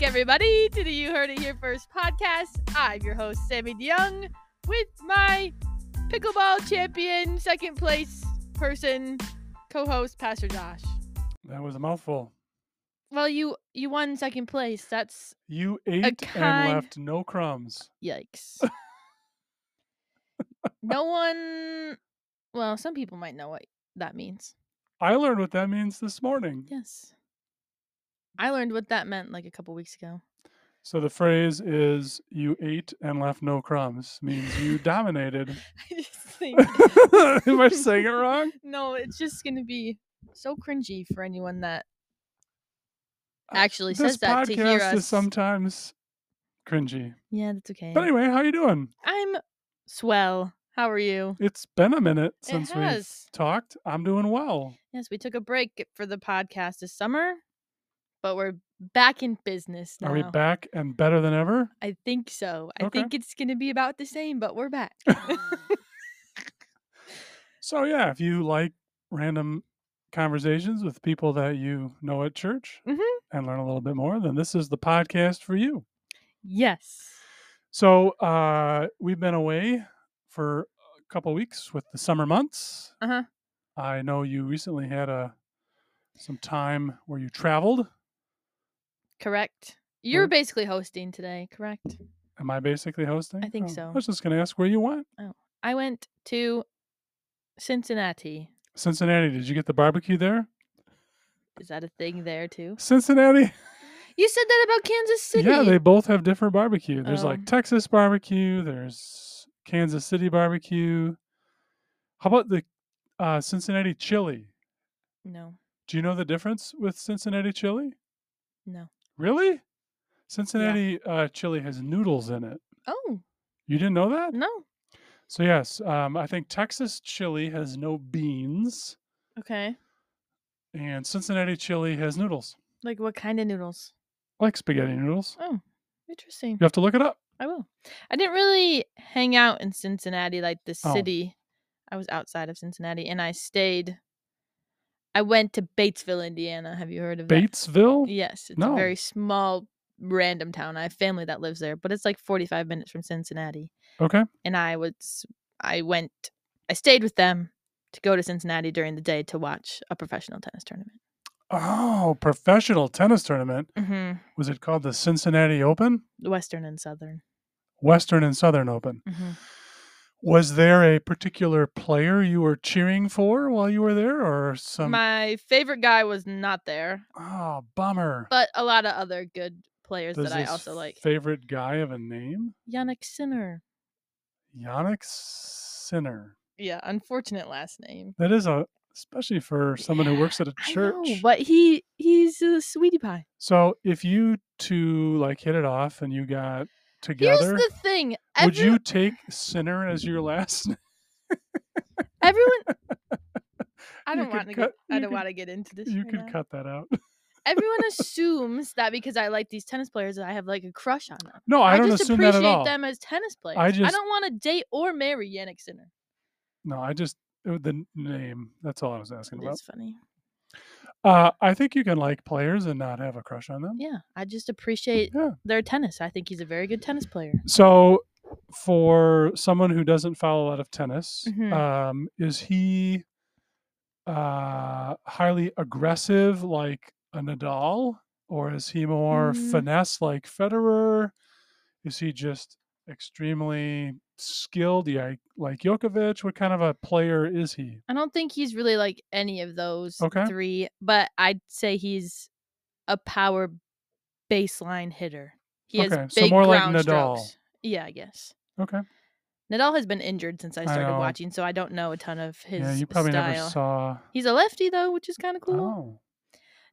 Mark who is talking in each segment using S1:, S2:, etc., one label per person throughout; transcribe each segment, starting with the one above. S1: everybody, to the You Heard It Here First podcast. I'm your host, Sammy DeYoung, with my pickleball champion, second place person, co host, Pastor Josh.
S2: That was a mouthful.
S1: Well, you you won second place. That's
S2: You ate
S1: kind-
S2: and left no crumbs.
S1: yikes. no one, well, some people might know what that means.
S2: I learned what that means this morning.
S1: Yes. I learned what that meant like a couple weeks ago.
S2: So the phrase is "you ate and left no crumbs" means you dominated.
S1: I just think
S2: Am I saying it wrong?
S1: No, it's just gonna be so cringy for anyone that
S2: Uh,
S1: actually
S2: this
S1: says that to hear
S2: podcast
S1: us.
S2: is sometimes cringy.
S1: yeah, that's okay.
S2: But anyway, how you doing?
S1: I'm swell. How are you?
S2: It's been a minute since
S1: it
S2: we
S1: has.
S2: talked. I'm doing well.
S1: Yes, we took a break for the podcast this summer, but we're back in business now.
S2: Are we back and better than ever?
S1: I think so. I
S2: Okay.
S1: think it's gonna be about the same, but we're back.
S2: So yeah, if you like random conversations with people that you know at church
S1: Mhm.
S2: and learn a little bit more, then this is the podcast for you.
S1: yes.
S2: So uh, we've been away for a couple weeks with the summer months.
S1: Uh-huh.
S2: I know you recently had a some time where you traveled.
S1: Correct. You're
S2: We're-
S1: basically hosting today, correct?
S2: Am I basically hosting?
S1: I think
S2: Oh,
S1: so.
S2: I was just going to ask where you went.
S1: I went to Cincinnati.
S2: Cincinnati. Did you get the barbecue there?
S1: Is that a thing there too?
S2: Cincinnati.
S1: You said that about Kansas City.
S2: Yeah, they both have different barbecue. There's
S1: Oh.
S2: like Texas barbecue. There's Kansas City barbecue. How about the uh, Cincinnati chili?
S1: No,
S2: Do you know the difference with Cincinnati chili?
S1: no.
S2: Really? Cincinnati uh, chili has noodles in it.
S1: Oh,
S2: You didn't know that?
S1: no.
S2: So yes, um, I think Texas chili has no beans,
S1: Okay.
S2: and Cincinnati chili has noodles,
S1: Like what kind of noodles?
S2: like spaghetti noodles.
S1: Oh, interesting.
S2: You have to look it up.
S1: I will. I didn't really hang out in Cincinnati, like the
S2: Oh.
S1: city. I was outside of Cincinnati and I stayed. I went to Batesville, Indiana. Have you heard of that?
S2: Batesville.
S1: Yes. It's a
S2: No.
S1: very small, random town. I have family that lives there, but it's like 45 minutes from Cincinnati.
S2: Okay.
S1: and I was I went I stayed with them to go to Cincinnati during the day to watch a professional tennis tournament.
S2: Oh, professional tennis tournament.
S1: Mm-hmm.
S2: was it called the Cincinnati Open?
S1: Western and Southern.
S2: Western and Southern Open.
S1: Mm-hmm.
S2: Was there a particular player you were cheering for while you were there or some
S1: My favorite guy was not there,
S2: Oh, bummer.
S1: but a lot of other good players
S2: Does
S1: that I
S2: his
S1: also like.
S2: Favorite guy of a name?
S1: Yannick Sinner.
S2: Yannick Sinner.
S1: Yeah, unfortunate last name.
S2: That is a especially for someone who works at a church.
S1: I know, but he he's a sweetie pie.
S2: so if you two like hit it off and you got together,
S1: Here's the thing.
S2: would
S1: every-
S2: you take Sinner as your last name?
S1: Everyone. I
S2: You
S1: don't
S2: could
S1: want to get.
S2: cut-
S1: I
S2: you
S1: don't
S2: could-
S1: want to get into this.
S2: You
S1: right
S2: could
S1: now.
S2: cut that out.
S1: everyone assumes that because I like these tennis players that I have like a crush on them.
S2: No, I, don't
S1: just
S2: assume
S1: appreciate
S2: that at all.
S1: them as tennis players.
S2: I
S1: I,
S2: just-
S1: don't want to date or marry Yannick Sinner.
S2: No, I just it was the n- name. That's all I was asking about.
S1: That's funny.
S2: Uh, I think you can like players and not have a crush on them.
S1: Yeah, I just appreciate
S2: Yeah.
S1: their tennis. I think he's a very good tennis player.
S2: So, for someone who doesn't follow a lot of tennis,
S1: Mhm.
S2: um, is he uh, highly aggressive like a Nadal, or is he more
S1: Mm.
S2: finesse like Federer? Is he just extremely skilled, yeah, like Djokovic? What kind of a player is he?
S1: I don't think he's really like any of those
S2: Okay.
S1: three, but I'd say he's a power baseline hitter. He has
S2: Okay,
S1: big
S2: so more like
S1: ground
S2: Nadal.
S1: strokes. Yeah, I guess.
S2: Okay,
S1: Nadal has been injured since I
S2: I
S1: started
S2: know.
S1: watching, so I don't know a ton of his
S2: yeah, you probably
S1: style.
S2: never saw.
S1: He's a lefty though, which is kind of cool.
S2: Oh.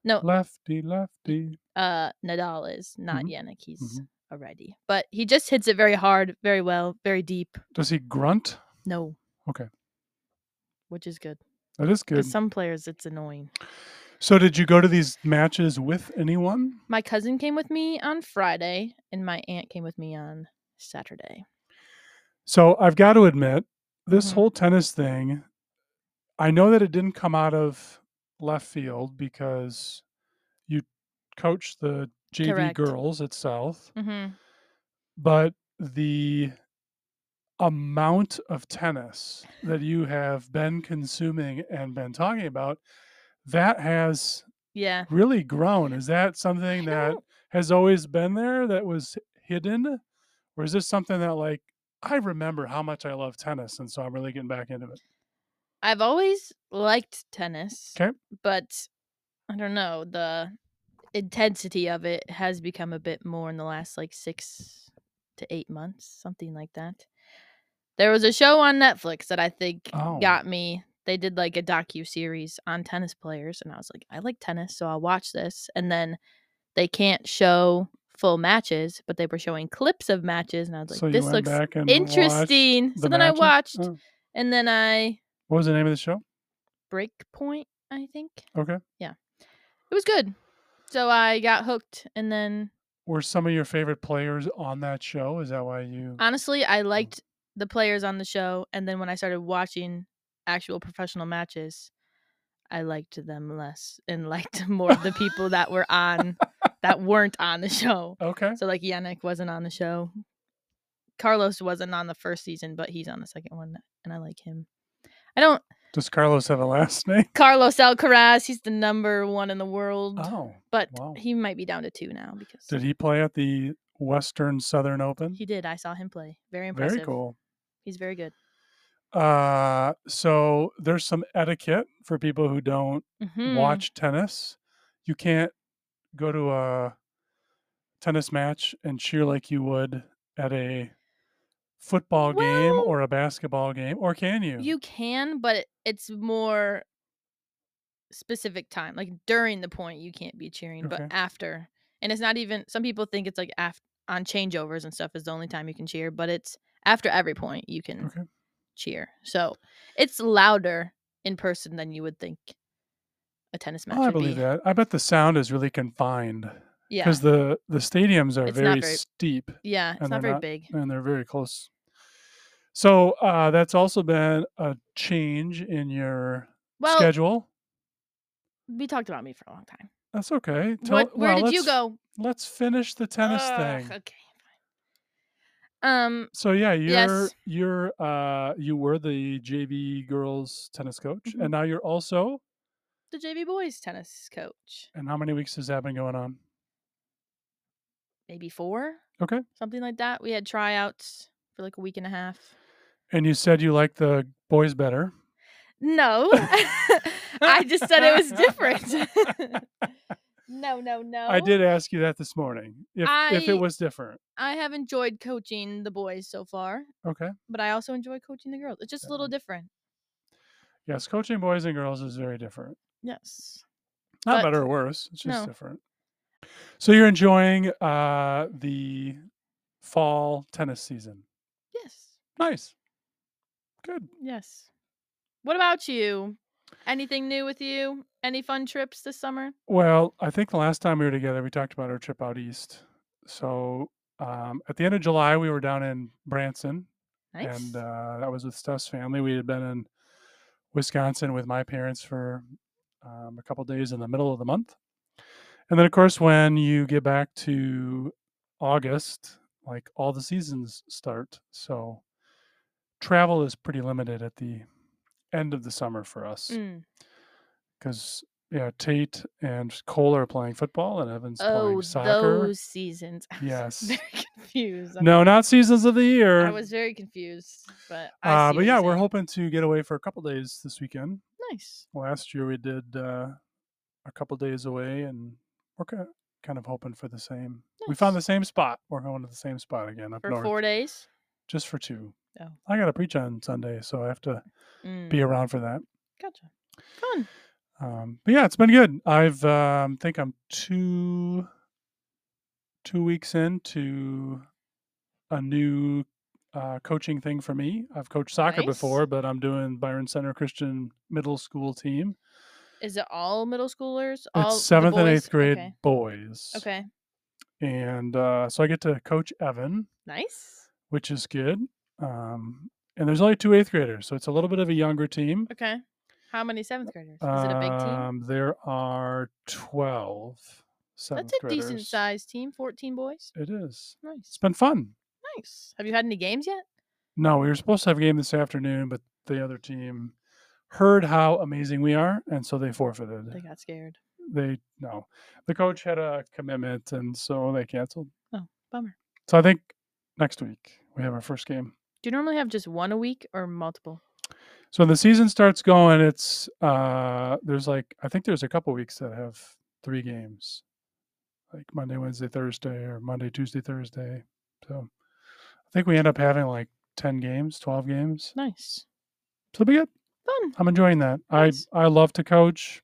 S1: No,
S2: Lefty, lefty.
S1: uh Nadal is not
S2: Mhm.
S1: Yannick. He's
S2: Mhm.
S1: a righty, but he just hits it very hard, very well, very deep.
S2: Does he grunt?
S1: No.
S2: Okay.
S1: Which is good
S2: That is good.
S1: because some players it's annoying.
S2: so, did you go to these matches with anyone?
S1: My cousin came with me on Friday, and my aunt came with me on Saturday.
S2: So, I've got to admit, this
S1: Mhm.
S2: whole tennis thing, I know that it didn't come out of left field because you coached the JV
S1: Correct.
S2: girls at South,
S1: Mm-hmm.
S2: but the amount of tennis that you have been consuming and been talking about that has
S1: Yeah.
S2: really grown. Is that something that
S1: don't-
S2: has always been there that was hidden, or is this something that like? I remember how much I love tennis, and so I'm really getting back into it.
S1: I've always liked tennis.
S2: 'Kay.
S1: But I don't know, the intensity of it has become a bit more in the last like six to eight months, something like that. There was a show on Netflix that I think
S2: Oh.
S1: got me. They did like a docu series on tennis players, and I was like, I like tennis, so I'll watch this. And then they can't show full matches, but they were showing clips of matches, and I was like,
S2: so you
S1: this
S2: went
S1: looks
S2: back and watched
S1: interesting. So
S2: the
S1: then I
S2: matches?
S1: watched,
S2: Oh.
S1: and then I
S2: What was the name of the show?
S1: Breakpoint, I think.
S2: Okay.
S1: It was good. So I got hooked and then
S2: Were some of your favorite players on that show? Is that why you?
S1: honestly
S2: Mm-hmm.
S1: I liked the players on the show and then when I started watching actual professional matches I liked them less and liked more of the people that were on that weren't on the show.
S2: okay.
S1: So like Yannick wasn't on the show. Carlos wasn't on the first season, but he's on the second one and I like him. I don't
S2: Does Carlos have a last name?
S1: Carlos Alcaraz, he's the number 1 in the world,
S2: Oh.
S1: but
S2: wow.
S1: he might be down to 2 now because
S2: Did he play at the Western Southern Open?
S1: He did. I saw him play. Very impressive.
S2: Very cool.
S1: He's very good.
S2: Uh, so there's some etiquette for people who don't
S1: Mm-hmm, Hmm.
S2: watch tennis. You can't go to a tennis match and cheer like you would at a football game
S1: Well,
S2: or a basketball game, or can you?
S1: You can, but it- it's more specific time. Like during the point, you can't be cheering,
S2: Okay.
S1: but after. And it's not even, some people think it's like af- on changeovers and stuff is the only time you can cheer, but it's after every point you can
S2: Okay.
S1: cheer. So it's louder in person than you would think a tennis match
S2: Oh, I
S1: would
S2: believe
S1: be.
S2: that. I bet the sound is really confined
S1: Yeah.
S2: because the the stadiums are
S1: It's not
S2: very,
S1: very-
S2: steep
S1: Yeah. It's
S2: and
S1: not
S2: they're
S1: very
S2: not-
S1: big.
S2: and they're very close. So uh, that's also been a change in your
S1: Well,
S2: schedule.
S1: we talked about me for a long time.
S2: That's okay. Tell-
S1: what, where
S2: well,
S1: did you
S2: let's-
S1: go?
S2: Let's finish the tennis
S1: Ugh,
S2: thing.
S1: Okay, fine. Um,
S2: So yeah, you're
S1: Yes.
S2: you're uh you were the JV girls tennis coach,
S1: Mhm.
S2: and now you're also.
S1: the JV boys tennis coach,
S2: And how many weeks has that been going on?
S1: maybe four.
S2: Okay.
S1: something like that. We had tryouts for like a week and a half.
S2: And you said you like the boys better.
S1: No, I just said it was different. no, no, no.
S2: I did ask you that this morning. If if
S1: Oh. I-
S2: it was different.
S1: I have enjoyed coaching the boys so far,
S2: Okay.
S1: but I also enjoy coaching the girls. It's just a
S2: Uh-huh.
S1: little different.
S2: Yes, coaching boys and girls is very different.
S1: Yes.
S2: Not
S1: But-
S2: better or worse. It's just
S1: no.
S2: different. So you're enjoying uh the fall tennis season.
S1: Yes.
S2: Nice. Good.
S1: Yes. What about you? Anything new with you? Any fun trips this summer?
S2: Well, I think the last time we were together, we talked about our trip out east. So um, at the end of July, we were down in Branson,
S1: Nice.
S2: and uh, that was with Steph's family. We had been in Wisconsin with my parents for um, a couple days in the middle of the month, and then of course when you get back to August, like all the seasons start. So travel is pretty limited at the end of the summer for us
S1: Mm.
S2: because yeah, Tate and Cole are playing football and Evans
S1: Oh,
S2: playing soccer.
S1: those seasons. I was
S2: Yes.
S1: Very confused. I'm-
S2: No, not seasons of the year.
S1: I was very confused, but I
S2: uh,
S1: see
S2: but
S1: what
S2: yeah,
S1: you're
S2: we're
S1: saying.
S2: hoping to get away for a couple days this weekend.
S1: nice.
S2: Last year we did uh, a couple days away, and we're ki- kind of hoping for the same. We found the
S1: Nice.
S2: same spot. We're going to the same spot again up
S1: for
S2: north,
S1: four days.
S2: just for two.
S1: Oh.
S2: I got to preach on Sunday, so I have to
S1: Mm,
S2: be around for that.
S1: gotcha. Fun.
S2: Um, but yeah, it's been good. I've um, think I'm two two weeks into a new uh, coaching thing for me. I've coached soccer
S1: Nice.
S2: before, but I'm doing Byron Center Christian Middle School team.
S1: Is it all middle schoolers? All the
S2: It's seventh and
S1: boys?
S2: eighth grade
S1: Okay.
S2: boys.
S1: Okay.
S2: and uh, so I get to coach Evan,
S1: Nice.
S2: which is good. Um, and there's only two eighth graders, so it's a little bit of a younger team.
S1: Okay. How many seventh graders? Is it a big team?
S2: Um, there are twelve. seventh
S1: That's a
S2: graders.
S1: decent sized team. Fourteen boys.
S2: It is. It's
S1: Nice,
S2: been fun.
S1: nice. Have you had any games yet?
S2: No, we were supposed to have a game this afternoon, but the other team heard how amazing we are, and so they forfeited.
S1: They got scared.
S2: They no, the coach had a commitment, and so they canceled.
S1: Bummer.
S2: So I think next week we have our first game.
S1: Do you normally have just one a week or multiple?
S2: So when the season starts going, it's uh there's like I think there's a couple weeks that have three games. Like Monday, Wednesday, Thursday, or Monday, Tuesday, Thursday. So I think we end up having like ten games, twelve games.
S1: Nice,
S2: So it'll be good.
S1: fun.
S2: I'm enjoying that.
S1: Nice.
S2: I I love to coach.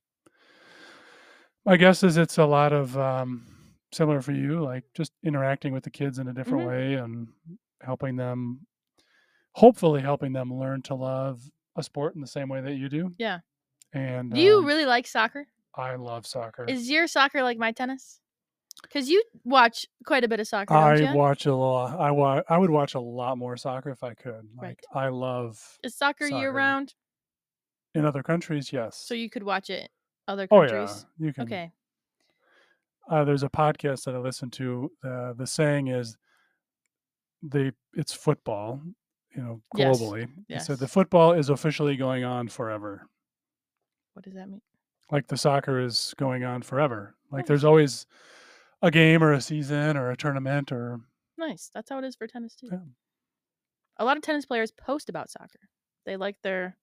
S2: My guess is it's a lot of um, similar for you, like just interacting with the kids in a different
S1: Mhm.
S2: way and helping them, hopefully helping them learn to love a sport in the same way that you do.
S1: Yeah.
S2: And
S1: Do you
S2: um,
S1: really like soccer?
S2: I love soccer.
S1: Is your soccer like my tennis? Because you watch quite a bit of soccer, don't
S2: I
S1: you?
S2: watch a lot. I wa- I would watch a lot more soccer if I could. Like
S1: Right.
S2: I love
S1: Is soccer, year
S2: soccer.
S1: round?
S2: in other countries. Yes.
S1: So you could watch it other
S2: oh
S1: countries.
S2: yeah, you can.
S1: Okay.
S2: uh, there's a podcast that I listen to. Uh, the saying is, "They it's football, you know,
S1: Yes,
S2: globally." It said
S1: yes.
S2: the football is officially going on forever,
S1: What does that mean?
S2: like the soccer is going on forever. Like
S1: Nice.
S2: there's always a game or a season or a tournament or
S1: Nice. That's how it is for tennis too.
S2: Yeah.
S1: A lot of tennis players post about soccer. They like their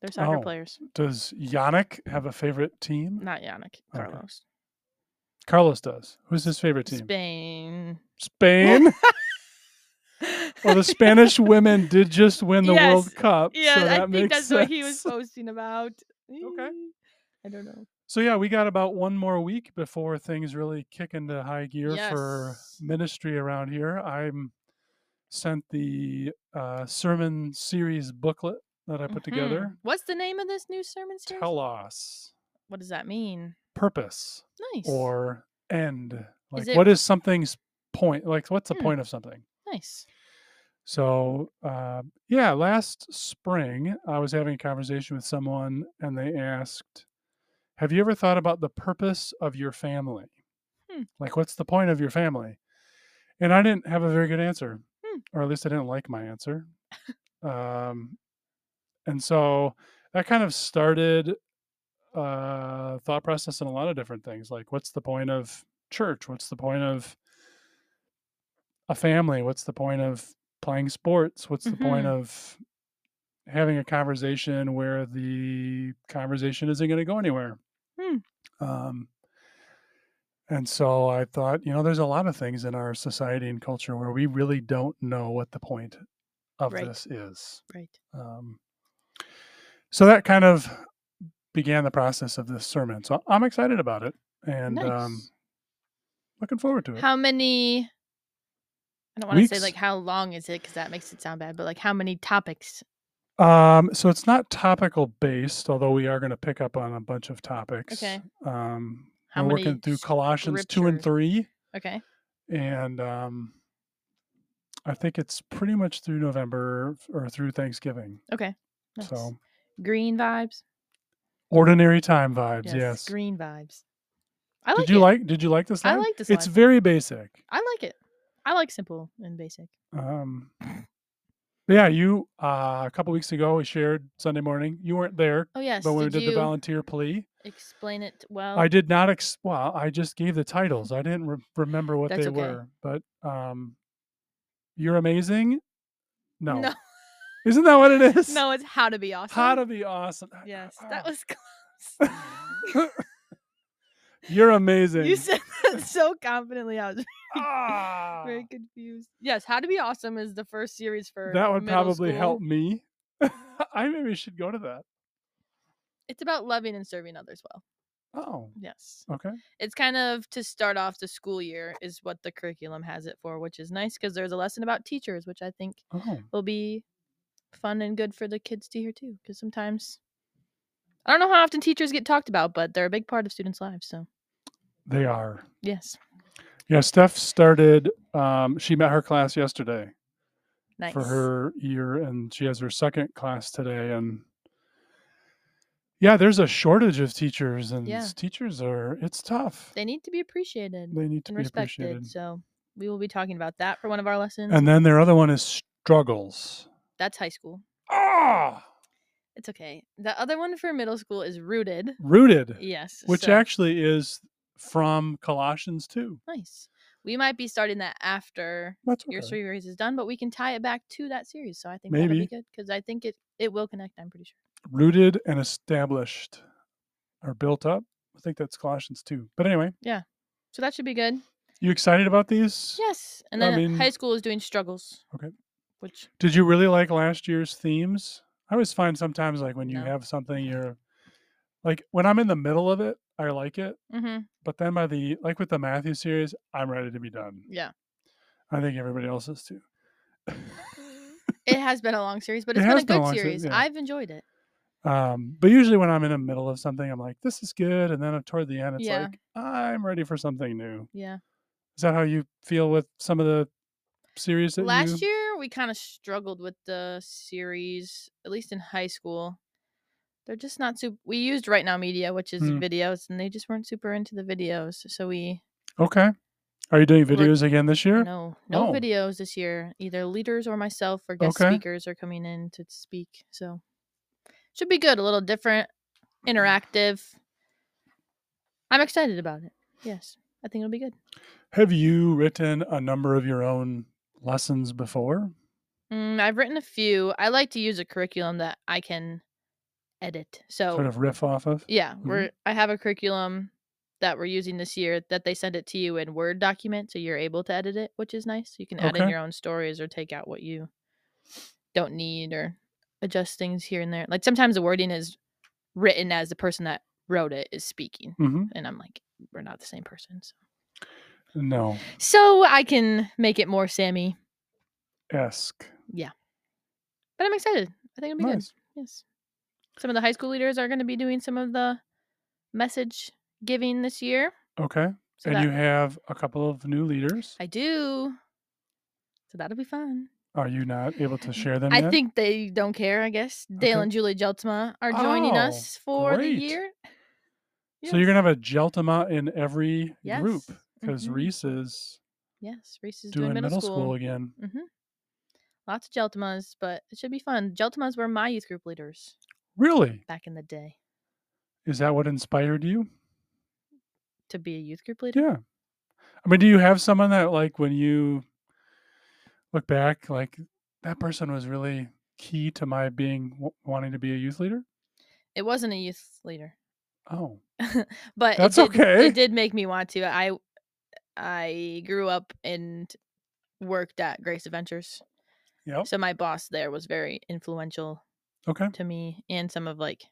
S1: their soccer
S2: Oh.
S1: players.
S2: does Yannick have a favorite team?
S1: Not Yannick, Carlos.
S2: Carlos does. Who's his favorite team?
S1: Spain.
S2: Spain. well, Oh, the Spanish women did just win the World
S1: Yes,
S2: Cup.
S1: yeah,
S2: so that
S1: I think
S2: makes
S1: that's what he was
S2: sense.
S1: posting about. I don't know.
S2: So yeah, we got about one more week before things really kick into high gear for
S1: Yes.
S2: ministry around here. I'm sent the uh, sermon series booklet that I put
S1: Mhm.
S2: together.
S1: What's the name of this new sermon series?
S2: Telos,
S1: what does that mean?
S2: purpose,
S1: Nice.
S2: or end. Like,
S1: it-
S2: what is something's point? Like, what's the
S1: Hmm.
S2: point of something?
S1: nice.
S2: So, uh, yeah, last spring I was having a conversation with someone and they asked, Have you ever thought about the purpose of your family?
S1: Hmm.
S2: Like, what's the point of your family? And I didn't have a very good answer,
S1: Hmm.
S2: or at least I didn't like my answer. um, and so that kind of started uh thought process in a lot of different things like what's the point of church what's the point of a family what's the point of playing sports what's the point
S1: Mhm.
S2: of having a conversation where the conversation isn't going to go anywhere
S1: Hmm.
S2: um, and so i thought you know there's a lot of things in our society and culture where we really don't know what the point of
S1: Right.
S2: this is
S1: Right.
S2: um, so that kind of began the process of this sermon so i'm excited about it and um,
S1: Nice.
S2: looking forward to it
S1: How many? I don't want to say
S2: Weeks?
S1: like how long is it because that makes it sound bad, but like how many topics?
S2: Um, so it's not topical based, although we are going to pick up on a bunch of topics.
S1: Okay.
S2: Um,
S1: How
S2: we're
S1: many
S2: working through Colossians two and
S1: scriptures?
S2: three,
S1: Okay.
S2: and um, I think it's pretty much through November or through Thanksgiving.
S1: Okay. Nice.
S2: So
S1: green vibes.
S2: ordinary time vibes. Yes.
S1: Green vibes. I
S2: did
S1: like
S2: you
S1: it.
S2: like? Did you like this?
S1: I
S2: slide?
S1: like this
S2: It's
S1: slide.
S2: very basic.
S1: I like it. I like simple and basic.
S2: Um, but
S1: Mm-hmm.
S2: yeah, you uh, a couple weeks ago we shared Sunday morning. You weren't there,
S1: Oh yes.
S2: but when
S1: did
S2: we did
S1: you Oh.
S2: the volunteer plea,
S1: explain it well?
S2: I did not ex. Well, I just gave the titles. I didn't re- remember what
S1: That's
S2: they
S1: okay.
S2: were, but um, you're amazing. No. isn't that what it is?
S1: No, it's how to be awesome.
S2: How to be awesome. I- I-
S1: Yes, that
S2: ah.
S1: was close.
S2: you're amazing.
S1: you said that so confidently. I was
S2: Ah,
S1: very confused. Yes, How to Be Awesome is the first series for
S2: that would
S1: middle
S2: probably
S1: school.
S2: help me. I maybe should go to that.
S1: It's about loving and serving others well.
S2: Oh,
S1: Yes.
S2: okay.
S1: It's kind of to start off the school year is what the curriculum has it for, which is nice because there's a lesson about teachers, which I think
S2: Oh,
S1: will be fun and good for the kids to hear too because sometimes I don't know how often teachers get talked about, but they're a big part of students' lives, so
S2: they are.
S1: yes.
S2: Yeah, Steph started. Um, she met her class yesterday.
S1: Nice.
S2: for her year and she has her second class today and yeah, there's a shortage of teachers, and
S1: Yeah.
S2: s- teachers are it's tough.
S1: They need to be appreciated
S2: They need to
S1: and
S2: be
S1: respected.
S2: appreciated.
S1: So we will be talking about that for one of our lessons.
S2: And then their other one is struggles.
S1: That's high school.
S2: Ah,
S1: It's okay. The other one for middle school is rooted.
S2: rooted,
S1: Yes.
S2: which
S1: so-
S2: actually is from Colossians two.
S1: nice. We might be starting that after
S2: That's
S1: your
S2: okay.
S1: three grades is done, but we can tie it back to that series. So I think that'll be
S2: Maybe.
S1: good because I think it it will connect. I'm pretty sure.
S2: Rooted and established are built up. I think that's Colossians two. But anyway,
S1: So that should be good.
S2: you excited about these?
S1: Yes. And
S2: I
S1: then high
S2: mean-
S1: school is doing struggles.
S2: Okay.
S1: Which
S2: Did you really like last year's themes? I always find sometimes like when you
S1: No.
S2: have something you're like when I'm in the middle of it, I like it.
S1: hmm
S2: But then by the like with the Matthew series, I'm ready to be done.
S1: yeah.
S2: I think everybody else is too.
S1: Mm-hmm. It has been a long series, but
S2: It
S1: it's been a
S2: has been a
S1: good
S2: long se-
S1: series.
S2: yeah.
S1: I've enjoyed it.
S2: Um, but usually when I'm in the middle of something, I'm like, this is good. And then uh, toward the end, it's
S1: Yeah.
S2: like, I'm ready for something new.
S1: Yeah.
S2: Is that how you feel with some of the series that
S1: Last
S2: you
S1: year we kind of struggled with the series, at least in high school. They're just not super. We used right now media, which is
S2: Hmm.
S1: videos, and they just weren't super into the videos. So we
S2: Okay. Are you doing
S1: We're-
S2: videos again this year?
S1: no no
S2: Oh.
S1: videos this year. Either leaders or myself or guest
S2: Okay.
S1: speakers are coming in to speak. So should be good. A little different,
S2: Mm.
S1: interactive. I'm excited about it. Yes, I think it'll be good.
S2: Have you written a number of your own lessons before?
S1: Mm, I've written a few. I like to use a curriculum that I can edit. So
S2: Sort of riff off of?
S1: Yeah, we're I have a curriculum that we're using this year that they send it to you in Word document, so you're able to edit it, which is nice. You can add in
S2: Okay.
S1: your own stories or take out what you don't need or adjust things here and there. Like sometimes the wording is written as the person that wrote it is speaking,
S2: hmm
S1: and I'm like, we're not the same person. So,
S2: Mm-hmm. No.
S1: so I can make it more Sammy,
S2: Esque.
S1: but I'm excited. I think it'll be
S2: Nice.
S1: good. Yes, some of the high school leaders are going to be doing some of the message giving this year.
S2: Okay.
S1: So
S2: and
S1: that-
S2: you have a couple of new leaders.
S1: I do. So that'll be fun.
S2: Are you not able to share them
S1: Mm-hmm. I
S2: yet?
S1: think they don't care, I guess. Dale
S2: Okay.
S1: and Julie Jeltma are joining
S2: Oh,
S1: us for
S2: great.
S1: the year.
S2: So you're gonna have a Jeltama in every group
S1: Yes,
S2: because
S1: mhm.
S2: Reese is
S1: Yes, Reese is
S2: doing, middle, school.
S1: school. Mm-hmm.
S2: again.
S1: Lots of Jeltmas, but it should be fun. Jeltmas were my youth group leaders
S2: Really?
S1: back in the day
S2: Is that what inspired you?
S1: to be a youth group leader.
S2: Yeah. I mean, do you have someone that like when you look back, like that person was really key to my being w- wanting to be a youth leader?
S1: It wasn't a youth leader,
S2: Oh,
S1: but
S2: That's
S1: it did,
S2: okay.
S1: It did make me want to. I I grew up and worked at Grace Adventures.
S2: yep.
S1: So my boss there was very influential
S2: Oh. Okay.
S1: to me and some of like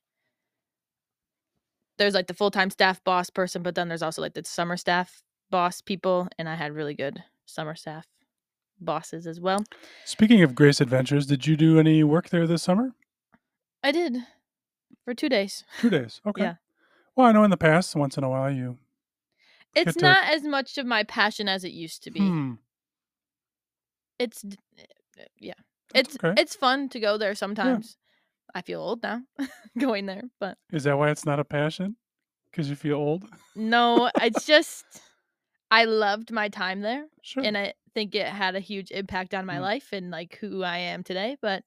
S1: there's like the full-time staff boss person but then there's also like the summer staff boss people and i had really good summer staff bosses as well
S2: Speaking of Grace Adventures, did you do any work there this summer?
S1: i did for two days
S2: Two days. Okay.
S1: Yeah.
S2: Well, I know in the past, once in a while, you.
S1: it's
S2: Get to-
S1: not as much of my passion as it used to be
S2: Hmm.
S1: it's d- uh, yeah
S2: That's
S1: it's
S2: okay.
S1: it's fun to go there sometimes i feel old now going there but
S2: Is that why it's not a passion? Because you feel old?
S1: no it's just i loved my time there
S2: Sure.
S1: and I think it had a huge impact on my
S2: Mm.
S1: life and like who I am today. But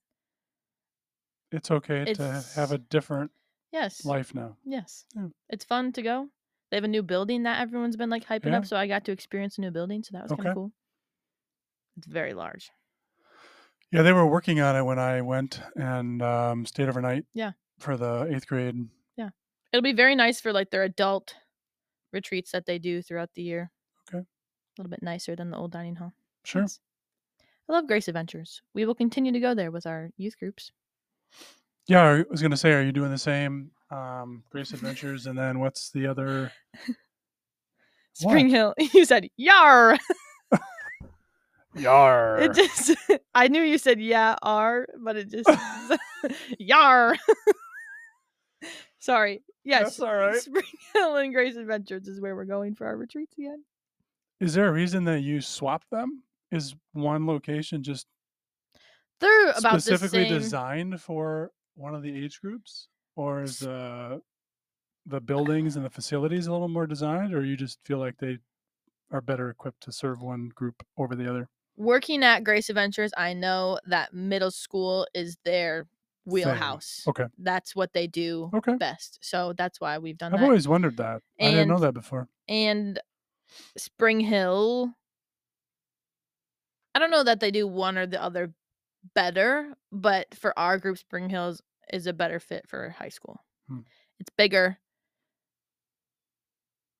S2: it's okay to
S1: it's-
S2: have a different
S1: yes,
S2: life now.
S1: yes,
S2: Yeah.
S1: it's fun to go. They have a new building that everyone's been like hyping
S2: Yeah.
S1: up, so I got to experience a new building, so that was kind
S2: Okay.
S1: of cool. It's very large.
S2: Yeah, they were working on it when I went and um, stayed overnight.
S1: Yeah.
S2: For the eighth grade.
S1: It'll be very nice for like their adult retreats that they do throughout the year.
S2: Okay.
S1: a little bit nicer than the old dining hall.
S2: Sure.
S1: Yes. I love Grace Adventures. We will continue to go there with our youth groups.
S2: Yeah, I was going to say, are you doing the same um, Grace Adventures? and then what's the other? What?
S1: Spring Hill. You said yar.
S2: Yar.
S1: It just, I knew you said yeah, R, but it just, yar. Sorry. Yes.
S2: That's all right.
S1: Spring Hill and Grace Adventures is where we're going for our retreats again.
S2: Is there a reason that you swap them? Is one location just
S1: They're about the
S2: specifically
S1: same.
S2: designed for one of the age groups? or is the the buildings and the facilities a little more designed, or you just feel like they are better equipped to serve one group over the other?
S1: Working at Grace Adventures, I know that middle school is their wheelhouse.
S2: Okay.
S1: That's what they do
S2: Okay,
S1: best. So that's why we've done
S2: I've
S1: that.
S2: always wondered that. I didn't know
S1: And-
S2: that before.
S1: and Spring Hill. I don't know that they do one or the other better, but for our group, Spring Hills is a better fit for high school.
S2: Hmm.
S1: It's bigger.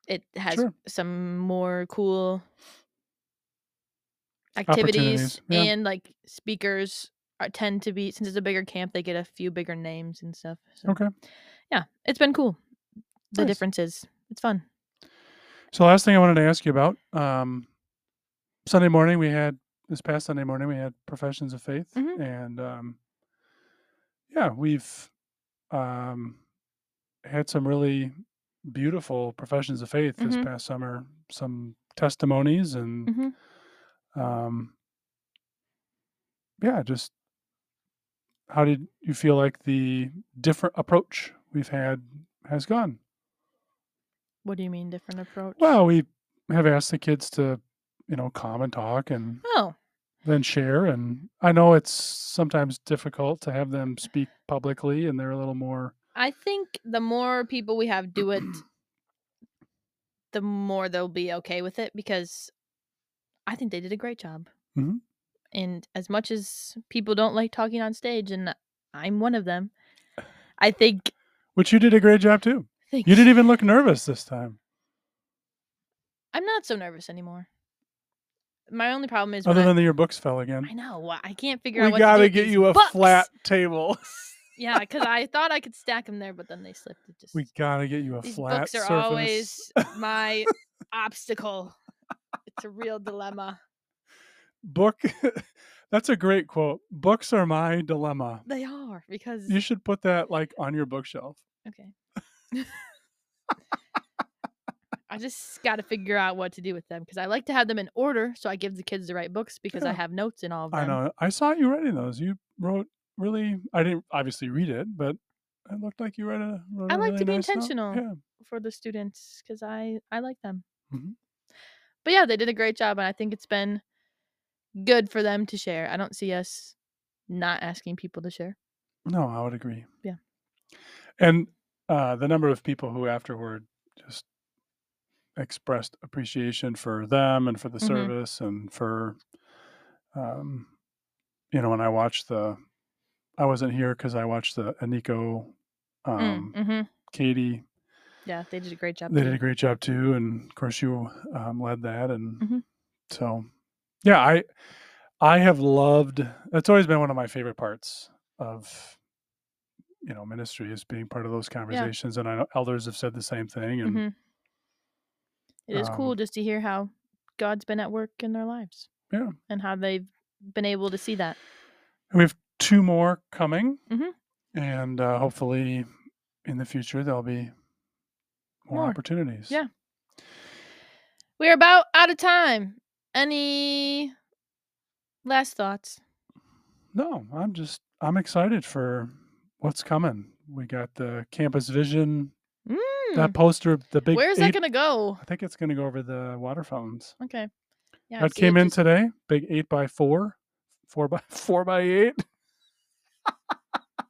S1: It has
S2: Sure.
S1: some more cool activities
S2: Opportunities, yeah.
S1: and like speakers are, tend to be since it's a bigger camp they get a few bigger names and stuff so
S2: Okay.
S1: yeah it's been cool the
S2: Nice.
S1: differences it's fun
S2: So last thing I wanted to ask you about um, Sunday morning we had this past Sunday morning we had professions of faith
S1: Mhm.
S2: and um, yeah we've um, had some really beautiful professions of faith this
S1: Mhm.
S2: past summer some testimonies and
S1: hmm
S2: um, yeah just how did you feel like the different approach we've had has gone
S1: What do you mean different approach?
S2: Well, we have asked the kids to, you know, come and talk and
S1: oh,
S2: then share. And I know it's sometimes difficult to have them speak publicly and they're a little more.
S1: I think the more people we have do it, the more they'll be okay with it because I think they did a great job.
S2: Mhm.
S1: And as much as people don't like talking on stage, and I'm one of them, I think.
S2: Which you did a great job too.
S1: think
S2: You didn't even look nervous this time,
S1: I'm not so nervous anymore. My only problem is when
S2: other
S1: I,
S2: than that your books fell again.
S1: I know why- I can't figure
S2: We
S1: out. what to do
S2: got to
S1: with
S2: get
S1: these
S2: you a
S1: books.
S2: flat table.
S1: Yeah, because I thought I could stack them there, but then they slipped. It just
S2: We got to get you a
S1: These
S2: flat
S1: books are
S2: surface.
S1: always my obstacle. It's a real dilemma.
S2: Book. That's a great quote. Books are my dilemma.
S1: They are because
S2: You should put that like on your bookshelf.
S1: okay. I just got to figure out what to do with them because I like to have them in order, so I give the kids the right books because I
S2: Yeah.
S1: have notes in all of them.
S2: I know. I saw you writing those. You wrote really. I didn't obviously read it, but it looked like you read a. Wrote
S1: I
S2: a
S1: like
S2: really
S1: to be
S2: nice note.
S1: intentional.
S2: Yeah.
S1: for the students because I I like them.
S2: Mhm.
S1: But yeah, they did a great job, and I think it's been good for them to share. I don't see us not asking people to share.
S2: No, I would agree.
S1: Yeah.
S2: And uh, the number of people who afterward just expressed appreciation for them and for the
S1: Mhm.
S2: service and for, um, you know, when I watched the, I wasn't here because I watched the Aniko, um,
S1: mm-hmm.
S2: Katie
S1: Yeah, they did a great job.
S2: they
S1: too.
S2: did a great job too and of course you um, led that and
S1: Mhm.
S2: so yeah i i have loved that's always been one of my favorite parts of you know ministry is being part of those conversations and i know elders have said the same thing and
S1: Mhm. Mm-hmm. It is cool
S2: Um,
S1: just to hear how God's been at work in their lives.
S2: Yeah.
S1: And how they've been able to see that. Mm-hmm.
S2: we have two more coming
S1: Mhm.
S2: and uh, hopefully in the future there'll be more,
S1: More.
S2: opportunities
S1: Yeah. We're about out of time. Any last thoughts?
S2: No, I'm just I'm excited for what's coming. We got the campus vision. That poster, the big.
S1: Where's Mm, Hmm. that
S2: eight-
S1: going to go?
S2: I think it's going to go over the water fountains.
S1: Okay. Yeah, I
S2: that
S1: see it
S2: came in
S1: just-
S2: today. Big eight by four, four by four by eight.
S1: what's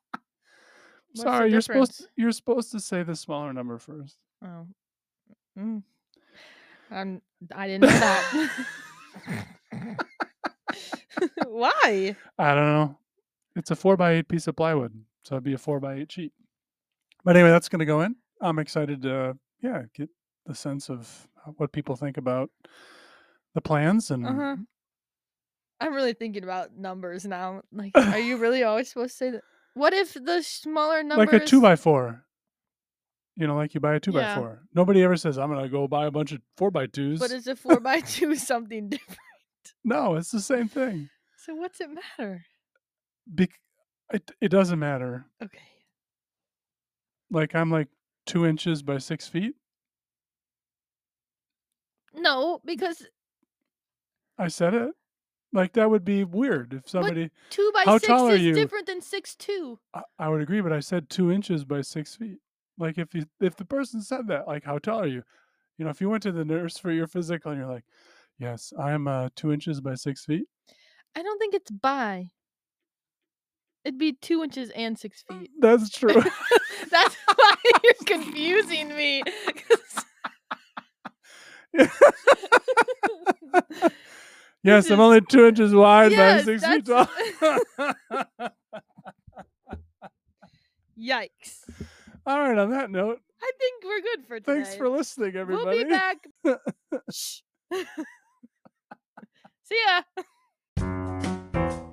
S1: the
S2: Sorry, you're supposed
S1: difference?
S2: you're supposed to say the smaller number first.
S1: Oh. Mm. I'm, I didn't know that. Why?
S2: I don't know. It's a four by eight piece of plywood, so it'd be a four by eight sheet. But anyway, that's going to go in. I'm excited to yeah get the sense of uh, what people think about the plans and
S1: Uh-huh. I'm really thinking about numbers now. Like, are you really always supposed to say that? What if the smaller numbers?
S2: like a two by four. You know, like you buy a two
S1: Yeah.
S2: by four. Nobody ever says, "I'm gonna go buy a bunch of four by twos.
S1: But is a four by two something different?
S2: No, it's the same thing.
S1: So what's it matter?
S2: Bec it it doesn't matter.
S1: Okay.
S2: Like I'm like two inches by six feet.
S1: No, because
S2: I said it. Like that would be weird if somebody.
S1: Two by
S2: How
S1: six
S2: tall are
S1: is
S2: you?
S1: different than six two.
S2: I, I would agree, but I said two inches by six feet. Like if you, if the person said that, like how tall are you? You know, if you went to the nurse for your physical and you're like, yes, I'm uh, two inches by six feet.
S1: I don't think it's by. It'd be two inches and six feet.
S2: That's true.
S1: That's why you're confusing me. 'cause-
S2: yes,
S1: is-
S2: I'm only two inches wide
S1: Yes,
S2: by six feet
S1: that's-
S2: tall.
S1: Yikes.
S2: All right. On that note,
S1: I think we're good for today.
S2: thanks for listening, everybody.
S1: We'll be back. Shh. See ya.